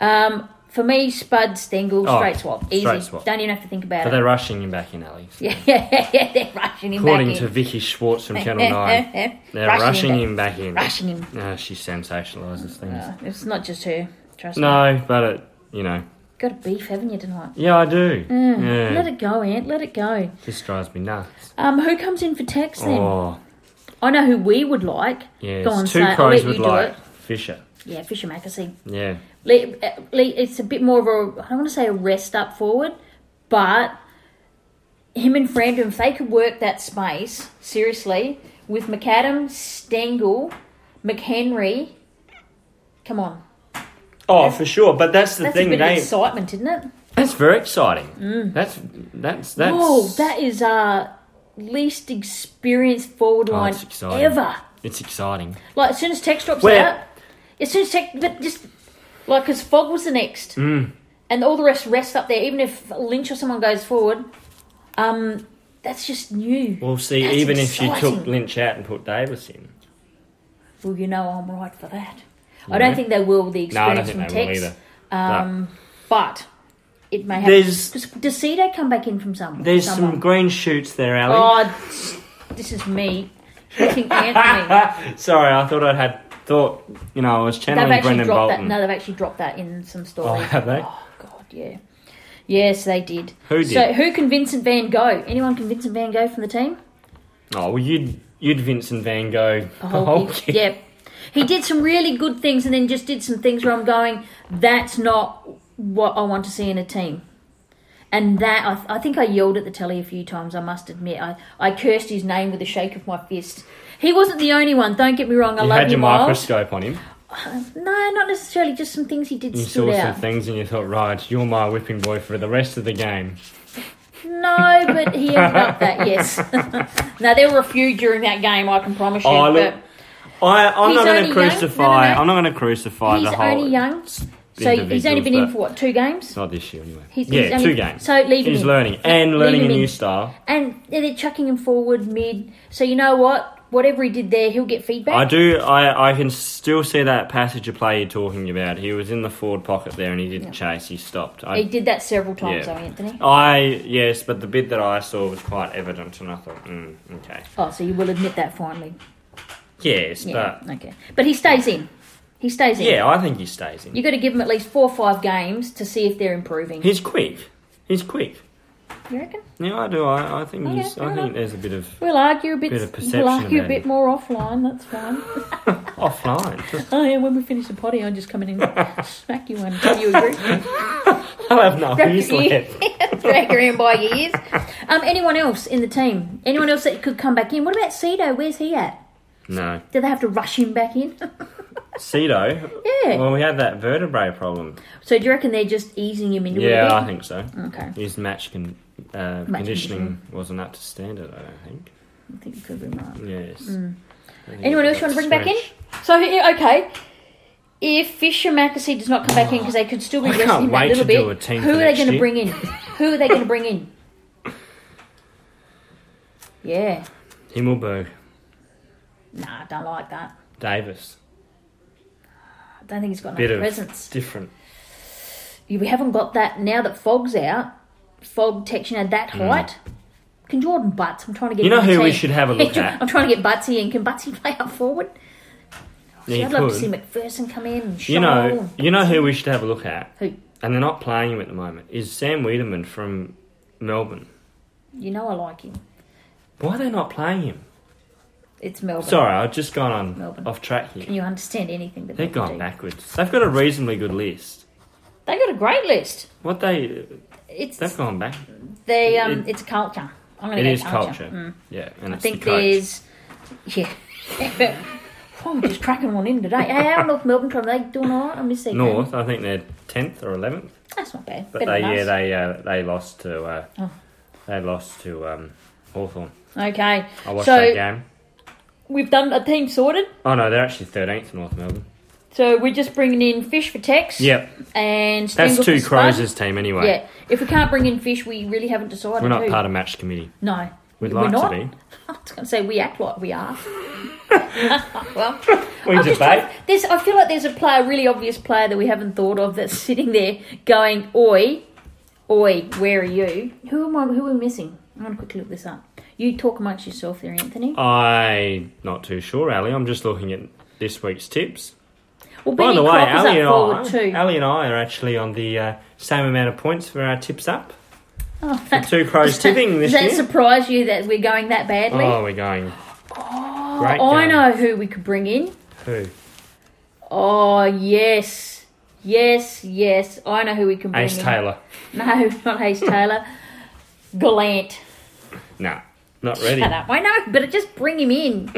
Um. For me, Spud Stengel Oh, straight swap. Easy. straight swap. Don't even have to think about But it. they're rushing him back in, Ali. Yeah, yeah, yeah. They're rushing him According back to in. Vicky Schwartz from Channel 9, they're rushing, him back in. Rushing him. Ah, she sensationalises things. Uh, it's not just her. Trust me. No, but, it, you know. Got a beef, haven't you tonight? Yeah, I do. Yeah. Mm. Let it go, Ant. Let it go. This drives me nuts. Um, who comes in for Tex then? Oh, I know who we would like. yeah. Go on, say two it. I'll crows let would you do like it. Fisher. Yeah, Fisher Mackesy. Yeah. Lee, uh, Lee, it's a bit more of a, I don't want to say a rest up forward, but him and Frandon, if they could work that space, seriously, with McAdam, Stengel, McHenry, come on. Oh, for sure. But that's the That's thing. a bit They, of excitement, isn't it? that's very exciting. That's that's that's. Oh, that is our least experienced forward Oh, line it's exciting. ever. It's exciting. Like as soon as Tex drops Where- out, as soon as Tex, but just like because Fog was the next, Mm. and all the rest rest up there. Even if Lynch or someone goes forward, um, that's just new. Well, see, That's even if you exciting. took Lynch out and put Davis in, Well, you know I'm right for that. I don't think they will, the No, I don't experience think from they Tex. will either. Um, But it may happen. There's- Does does Cedo come back in from some? There's some someone? green shoots there, Ali. Oh, this is me. hitting Anthony. Sorry, I thought I had thought you know I was They've channeling actually Brendan dropped that. Bolton. No, they've actually dropped that in some oh, stories. have they? Oh God, yeah, yes, they did. Who So did? who can Vincent Van Gogh? Anyone can Vincent Van Gogh from the team? oh, well, you'd you'd Vincent Van Gogh the whole, year. kit. Yep. He did some really good things and then just did some things where I'm going, that's not what I want to see in a team. And that, I, th- I think I yelled at the telly a few times, I must admit. I, I cursed his name with a shake of my fist. He wasn't the only one, don't get me wrong, I You love had your him. Miles. microscope on him. No, not necessarily, just some things he did You stood saw out. some things and you thought, right, you're my whipping boy for the rest of the game. No, but he ended up that, yes. now, there were a few during that game, I can promise you. Oh, look, but I, I'm He's not going only to young. crucify. No, no, no. I'm not going to crucify he's the whole. only young. So he's only individuals, been in but for what, two games? It's not this year anyway. He's, yeah, he's only- two games. So leave him He's in. learning and learning a him in. new style. And they're chucking him forward mid. So you know what? Whatever he did there, he'll get feedback. I do. I, I can still see that passage of play you're talking about. He was in the forward pocket there, and he didn't chase. He stopped. I, He did that several times, Yeah. though, Anthony. I yes, but the bit that I saw was quite evident, and I thought, mm, okay, Oh, so you will admit that finally. yes, Yeah. but okay. But he stays in. He stays in. yeah, I think he stays in. you got to give him at least four or five games to see if they're improving. He's quick. He's quick. you reckon? Yeah, I do. I, I think. Okay, he's, fair I enough. think there's a bit of We'll argue a bit. Bit of perception we'll argue a about bit him. more offline. That's fine. offline. Just- oh yeah, when we finish the potty, I'll just come in and smack you one. Do you agree? I'll have no Grab use your left. drag her in by your ears. Um, anyone else in the team? Anyone else that could come back in? What about Cedo? Where's he at? No, Do they have to rush him back in? Cedo. yeah. Well, we had that vertebrae problem. so do you reckon they're just easing him into it? Yeah, I again? think so. Okay. His match, con- uh, Match conditioning wasn't up to standard, I don't think. I think it could be right. Yes. I think Mm. Anyone it's else you want to bring a back in? stretch. So yeah, okay. If Fisher Mackesy does not come back in because they could still be I resting can't him that wait little to do bit, a team who for are they next going to year. bring in? Who are they going to bring in? Yeah, Himmelberg, nah, I don't like that. Davis. I don't think he's got Bit enough of presence. different. Yeah, we haven't got that now that Fogg's out. Fog Texan at that height. Can Jordan Butts? I'm trying to get. Hmm. You him know in the who we team. should have a look at? I'm trying to get Butsy in. Can Butsy play up forward? Yeah, I'd he love to see could. McPherson come in. And You Shaw. know, you know who we should have a look at, who? and they're not playing him at the moment. Is Sam Wiedemann from Melbourne? You know I like him. Why are they not playing him? It's Melbourne. Sorry, I've just gone on Melbourne. off track here. Can you understand anything that They've they gone do? backwards. They've got a reasonably good list. They got a great list. What they It's they've gone back. they um it- it's culture. I'm gonna It go is culture. culture. Mm. Yeah, and I it's think the coach. there's yeah. Oh, I'm just cracking one in today. Hey, how are North Melbourne trying? Are they doing all right? I miss their game. North. I think they're tenth or eleventh. That's not bad. But Better they than yeah us. they uh, they lost to uh, Oh. they lost to um, Hawthorn. Okay. I watched so that game. we've done a team sorted. Oh no, they're actually thirteenth North Melbourne. So we're just bringing in fish for Tex. Yep, And that's Stengel two for Spud. Crows' team anyway. Yeah. If we can't bring in fish, we really haven't decided. We're not who. part of match committee. No. We'd We're like not? to be. I was going to say we act like we are. well, We I'm just debate. trying- there's, I feel like there's a player, really obvious player that we haven't thought of that's sitting there going, "Oi, oi, where are you? Who am I? Who are we missing?" I'm going to quickly look this up. You talk amongst yourself there, Anthony. I'm not too sure, Ali. I'm just looking at this week's tips. Well, By Benny the way, oh, Kropp is Ali up and forward I, too. Ali and I are actually on the uh, same amount of points for our tips up. Oh, The two Crows tipping this Does that year. surprise you that we're going that badly? Oh, we're going. great Oh, I game. know who we could bring in. Who? Oh yes, yes, yes. I know who we can bring Ace in. Taylor. No, not Hayes Taylor. Gallant. Nah, not ready. Shut up. I know, but just bring him in.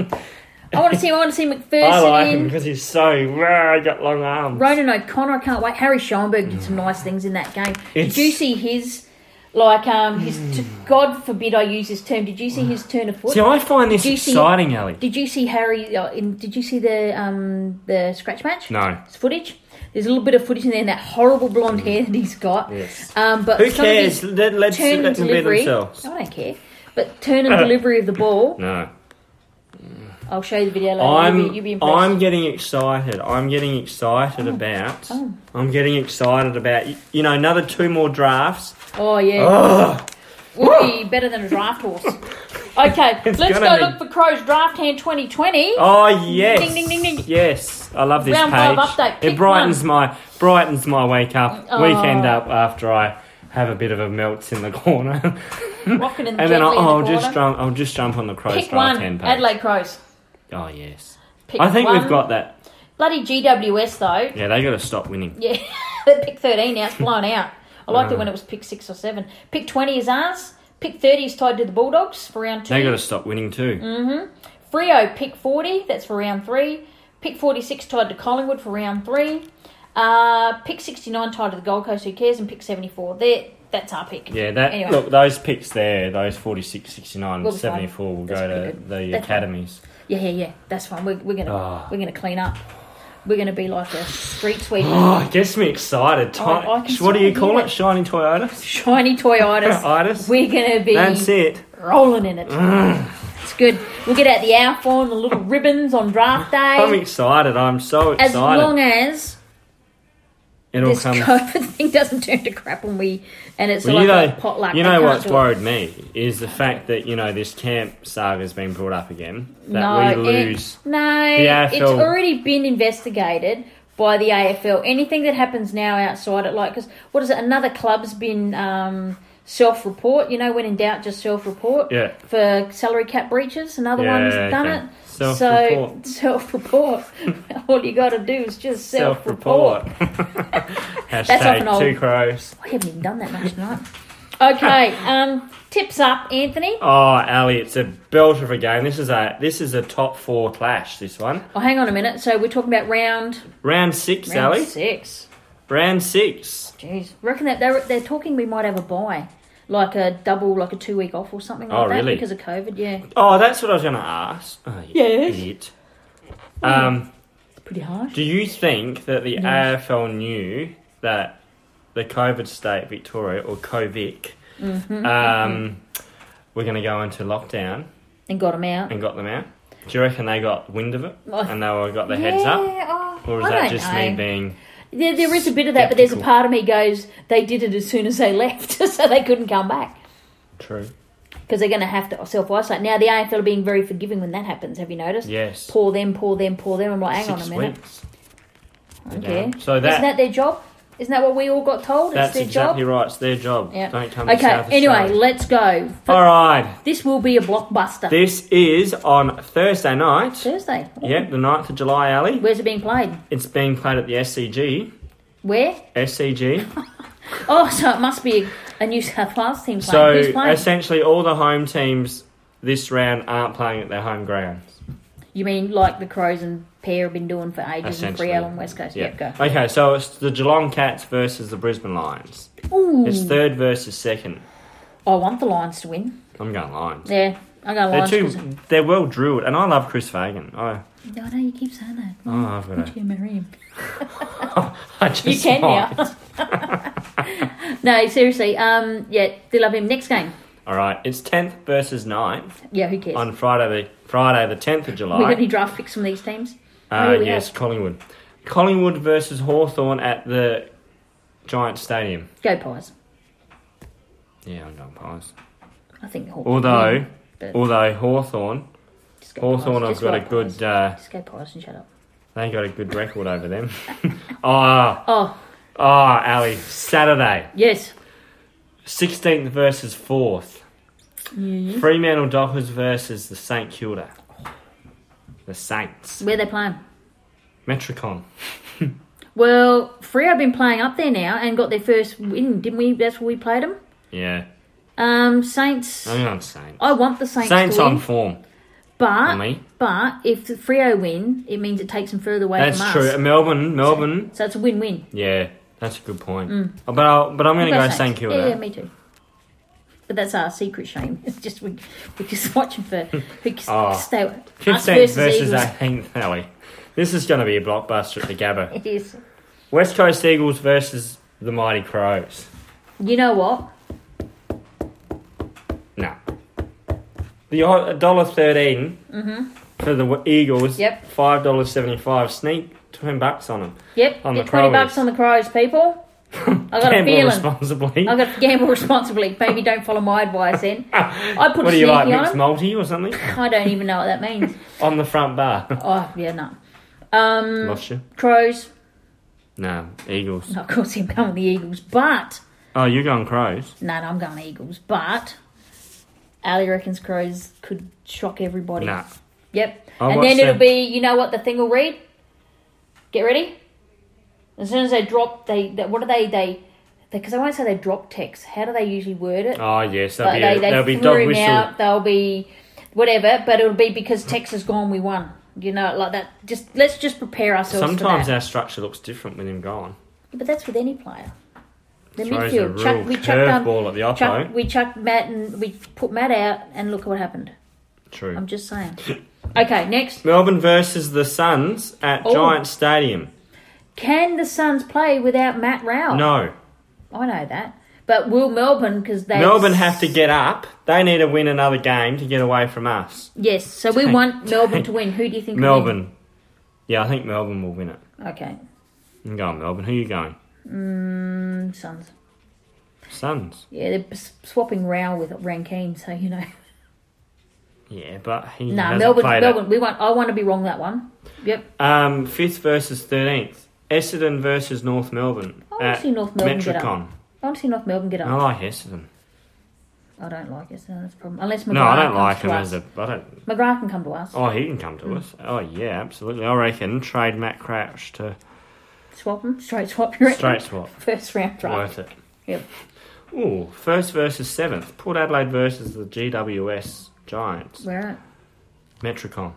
I want to see. I want to see McPherson I like him in. because he's so. Rah, got long arms. Ronan O'Connor. I can't wait. Harry Scheinberg did some nice things in that game. Did It's- Hmm. you see his? Like um, his t- God forbid I use this term. Did you see his turn of foot? See, I find this Do you see- exciting, Ali. Did you see Harry? Uh, in, did you see the um the scratch match? No. It's footage. There's a little bit of footage in there. And that horrible blonde hair that he's got. Yes. Um, but Who some of his cares? Let, let's turn and let them be delivery. themselves. I don't care. But turn and delivery of the ball. No. I'll show you the video later. you'll, I'm be, you'll be impressed. Oh, I'm getting excited. I'm getting excited about. come. I'm getting excited about. y- You know, another two more drafts. oh yeah, Ugh. would be better than a draft horse. Okay, It's let's gonna go be- look for Crow's Draft Hand 2020. Oh yes, Ding, ding, ding, ding. yes. I love this Round page. five update. Pick It brightens my brightens my wake up Oh. weekend up after I have a bit of a melts in the corner, Rocking in the and gently in then I'll, the I'll just corner. jump. I'll just jump on the crows Pick draft hand one, page. Adelaide Crows. Oh yes. Pick I think one. we've got that. bloody GWS though. Yeah, they got to stop winning. Yeah, pick 13 now, it's blown out. I liked it when it was pick 6 or 7. Pick 20 is ours. Pick 30 is tied to the Bulldogs for round 2. They got to stop winning Mm. too. Frio, pick 40, that's for round 3. Pick 46 tied to Collingwood for round 3. Uh, pick 69 tied to the Gold Coast, who cares? And pick 74, there, that's our pick. Yeah, that Anyway. look those picks there, those 46, 69, We'll be fine. 74 will That's go pretty to good. the That's fine. academies. Yeah, yeah, yeah, that's fine. We're, we're going Ah. to we're gonna clean up. We're going to be like a street sweeper. Oh, it gets me excited. Ti- I can what do see you call it. it? Shiny Toyotas? Shiny Toyotas. Itis? We're going to be... That's it. rolling in it. Mm. It's good. We'll get out the our form, the little ribbons on draft day. I'm excited. I'm so as excited. long as It'll this come. COVID thing doesn't turn to crap when we and it's Well, like you a know, potluck. you They know can't what's do it. worried me is the fact that you know this camp saga's been brought up again. That we it- lose. no, The AFL. it's already been investigated by the AFL. Anything that happens now outside it, like because what is it? Another club's been um, self-report. You know, when in doubt, just self-report. Yeah. For salary cap breaches, another Yeah, one's done okay. it. Self-report. So self-report. All you got to do is just self-report. Self-report. Hashtag often old. two crows. I haven't even done that much tonight. Okay, um, tips up, Anthony. Oh, Ali, it's a belt of a game. This is a this is a top four clash. This one, Oh, hang on a minute. So we're talking about round, round six, round Ali. six. Round six. Jeez, reckon that they're they're talking we might have a buy, like a double, like a two week off or something like Oh, that really? because of COVID. Yeah, Oh, that's what I was going to ask. Oh, you Yes. idiot. Um, it's pretty harsh. do you think that the AFL knew that the COVID state Victoria or COVIC Mm-hmm, um, were going to go into lockdown And got them out. and got them out? Do you reckon they got wind of it Oh, and they were got their yeah, heads up, Oh, or is I that don't just know. me being? There, there is a bit of that, but there's a Skeptical. part of me goes they did it as soon as they left, so they couldn't come back True. because they're going to have to self isolate. Now the AFL are being very forgiving when that happens. Have you noticed? Yes. Pour them, pour them, pour them. I'm like, hang Six on a minute. weeks. Okay. Yeah. So that- isn't that their job? Isn't that what we all got told? It's That's their exactly job. right. It's their job. Yeah. Don't come. okay. To South anyway, Australia. let's go. all right. This will be a blockbuster. This is on Thursday night. Thursday. Oh, Yep, the 9th of July, Ali. Where's it being played? It's being played at the SCG. Where? SCG. Oh, so it must be a New South Wales team playing. So Who's playing? essentially, all the home teams this round aren't playing at their home grounds. You mean like the Crows and Pair have been doing for ages and Essentially. Free and West Coast? Yep, go. Okay, so it's the Geelong Cats versus the Brisbane Lions. Ooh, It's third versus second. I want the Lions to win. I'm going Lions. Yeah, I'm going They're Lions. too. 'cause- They're well drilled, and I love Chris Fagan. I, No, I know you keep saying that. oh, I've got Would to. you marry him? I just You can might. now. no, seriously. Um, yeah, they love him. Next game. All right, it's tenth versus 9th Yeah, who cares? on Friday, the Friday the tenth we of got July. any draft picks from these teams? Uh, Really? yes, Collingwood. Collingwood versus Hawthorn at the Giant Stadium. Go Pies. Yeah, I'm going Pies. I think. Hawthorn Although, win, but although Hawthorn, just go Pies, Hawthorn have just got a like Pies. good, uh, Just go Pies and shut up. they got a good record over them. Ah, Oh oh, Ali, Saturday, yes. sixteenth versus fourth. Fremantle Dockers versus the St Kilda. The Saints. Where they playing? Metricon. Well, Freo have been playing up there now and got their first win, didn't we? That's where we played them. Yeah, Um, Saints. I'm on Saints. I want the Saints, Saints to win, on form. but me. but if the Freo win, it means it takes them further away That's from us. true. Melbourne, Melbourne. So it's a win-win. Yeah, that's a good point. Oh, But I'll, but I'm going to go Mm. Go St Saints. Kilda. Yeah, yeah, me too. But that's our secret shame. It's just we, we're just watching for who can Oh. stay. us Fifteenth versus, versus Eagles. eighteenth alley. This is going to be a blockbuster at the Gabba. It is. West Coast Eagles versus the Mighty Crows. You know what? No, the dollar 13 Mm-hmm. for the Eagles. Yep. Five dollars seventy-five. Sneak ten bucks on them. Yep, On get the 20 Crows. bucks on the Crows, people. I got a Gamble feeling. responsibly. I've got to gamble responsibly. Maybe don't follow my advice then. I put what do Sneaky you like, on. mixed multi or something? I don't even know what that means. on the front bar. Oh, yeah, no. Um, Lost you. Crows. No, Eagles. No, Of course, I'm going the Eagles, but. Oh, you're going Crows. No, no, I'm going Eagles, but. Ali reckons Crows could shock everybody. Nah. Yep. I'll and watch then it'll them. be, you know what the thing will read? Get ready. As soon as they drop, they, they what do they, they, because I won't say they drop text. How do they usually word it? Oh yes, But that'll they, be, they that'll threw be dog him whistle. out. They'll be whatever, but it'll be because Tex has gone. We won. You know, like that. Just let's just prepare ourselves. Sometimes for that. our structure looks different with him gone. but that's with any player. The Throws a midfield. real Chuck, we chucked um, curveball at the Oppo. Chuck, we chucked Matt and we put Matt out, and look what happened. True. I'm just saying. Okay, next. Melbourne versus the Suns at Oh. Giant Stadium. Can the Suns play without Matt Rowell? No. I know that. But will Melbourne? Because they Melbourne have to get up. They need to win another game to get away from us. Yes. So we want Melbourne to win. Who do you think? will win? Melbourne. Yeah, I think Melbourne will win it. Okay. I'm going Melbourne. Who are you going? Mm, Suns. Suns. Yeah, they're s- swapping Rao with Rankine, so you know. Yeah, but he No, hasn't Melbourne. played Melbourne. We want. I want to be wrong that one. Yep. it. Um, fifth versus thirteenth. Essendon versus North Melbourne. I wanna at see North Melbourne get up. Metricon. I want to see North Melbourne get I up. like Essendon. I don't like it. So that's a problem. Unless McGrath No, I don't comes like to him us. as a. I don't. McGrath can come to us. Oh, he can come Hmm. to us. Oh, yeah, absolutely. I reckon trade Matt Crouch to Swap him. Straight swap. You reckon? straight swap. First round draft. Worth it. Yep. Ooh, first versus seventh. Port Adelaide versus the GWS Giants. Where? at? Metricon.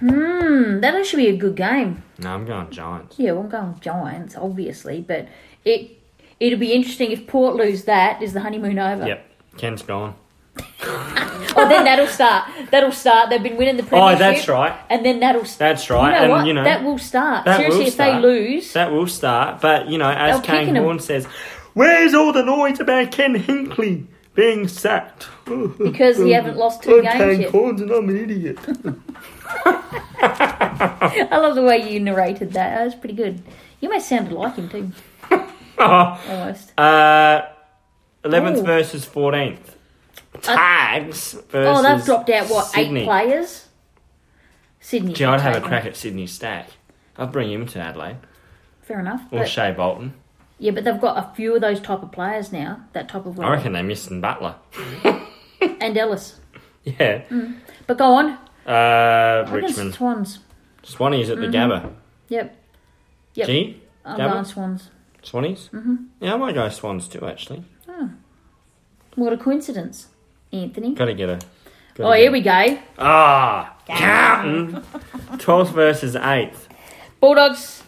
Hmm. That should be a good game. No, I'm going Giants. Yeah, well, I'm going Giants, obviously, but it it'll be interesting if Port lose that. Is the honeymoon over? Yep. Ken's gone. Oh, then that'll start. That'll start. They've been winning the Oh, premiership. that's right. And then that'll start. That's right. You know and what? you know that will start. that Seriously, will if start. they lose, that will start. But you know, as They'll kick Kane in 'em. Horn says, Where's all the noise about Ken Hinkley being sacked? because we haven't lost two games yet. Horns and I'm an idiot. I love the way you narrated that. That was pretty good. You may sounded like him too, almost. Uh, 11th Ooh. Uh, versus 14th. Tags versus oh, they've dropped out what Sydney. eight players? Sydney. Gee, I'd have a take crack them. at Sydney Stack. I'd bring him to Adelaide. Fair enough. Or but- Shea Bolton. yeah, but they've got a few of those type of players now. That type of I role. reckon they're missing Butler. and Ellis. Yeah. Mm. But go on. Uh, I reckon Richmond. Swans. Swanee's at the Gabba. Yep. Mm-hmm. Yep. Gee? I'm Gabba? going Swans. Swanee's? Mm-hmm. Yeah, I might go Swans too, actually. What a coincidence, Anthony. Gotta get a. Oh, here we go. Ah! Counting! 12th versus 8th. Bulldogs.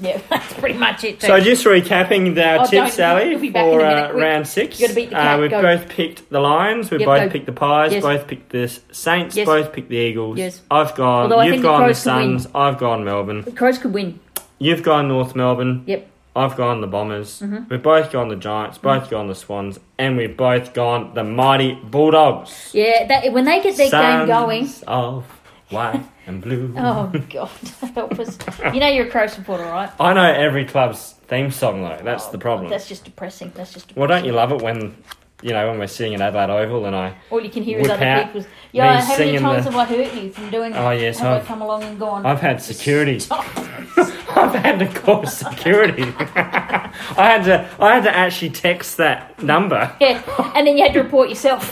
Yeah, that's pretty much it. Too. So just recapping our Oh, don't. tips, Sally, We'll be back in for a minute. uh, Quick. round 6 You gotta beat the cat. uh, we've Go. both picked the Lions, we've Yep, both go. picked the Pies, Yes. both picked the S- Saints, Yes. both picked the Eagles. Yes. I've gone, Although I you've think the gone the Crows can win. Suns, I've gone Melbourne, Crows could win. you've gone North Melbourne, Yep. I've gone the Bombers, Mm-hmm. we've both gone the Giants, both gone the Swans, and we've both gone the mighty Bulldogs. Yeah, that when they get their game Suns going. of white and blue. Oh God, help us! You know you're a Crow supporter, right? I know every club's theme song though, that's Oh, the God, problem. That's just depressing. That's just Well, depressing. don't you love it when, you know, when we're sitting at Adelaide Oval and I, all you can hear is whip other out people's. me Yeah, how many singing times the- have I hurt you from doing? Oh, yes, have I I've- come along and gone? I've had security. Stop. I've had to call security. I had to, I had to actually text that number. Yeah, and then you had to report yourself.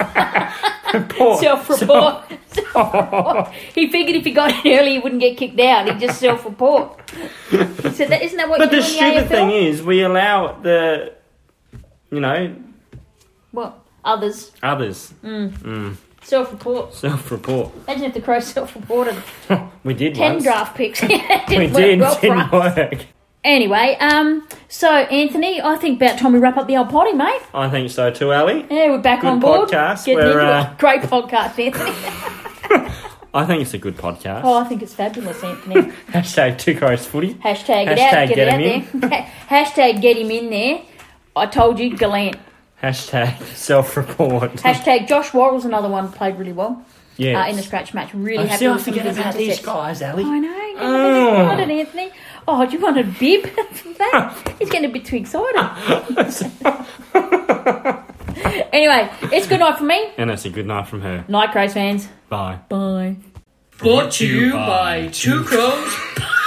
Report. self-report. Oh. Self-report. he figured if he got in early, he wouldn't get kicked out. He'd just self-report. So that isn't that what But you the do in the AFL? stupid thing is, we allow the, you know, Well, others others Mm. self-report. self-report. Imagine if the Crows self-reported We did ten once. draft picks. It We didn't work did. well for didn't us. work. Anyway, um, so Anthony, I think about time we wrap up the old potty, mate. I think so too, Ali. Yeah, we're back Good on board. podcast. Getting We're, into uh, it. Great podcast, Anthony. I think it's a good podcast. Oh, I think it's fabulous, Anthony. Hashtag two crows footy. Hashtag, it Hashtag out, get, get it out him there. Hashtag get him in there. I told you, Gallant. Hashtag self-report. Hashtag Josh Worrell's another one played really well. uh, in the Yes. Oh, scratch match. Really I happy still with some of forget his about these intercepts. guys, Ali. I know. you Oh. Get excited, Anthony. Oh, do you want a bib for that? He's getting a bit too excited. anyway, it's good night for me. And that's a E, good night from her. Night, Crows fans. Bye. Bye. Brought to you by Two Crows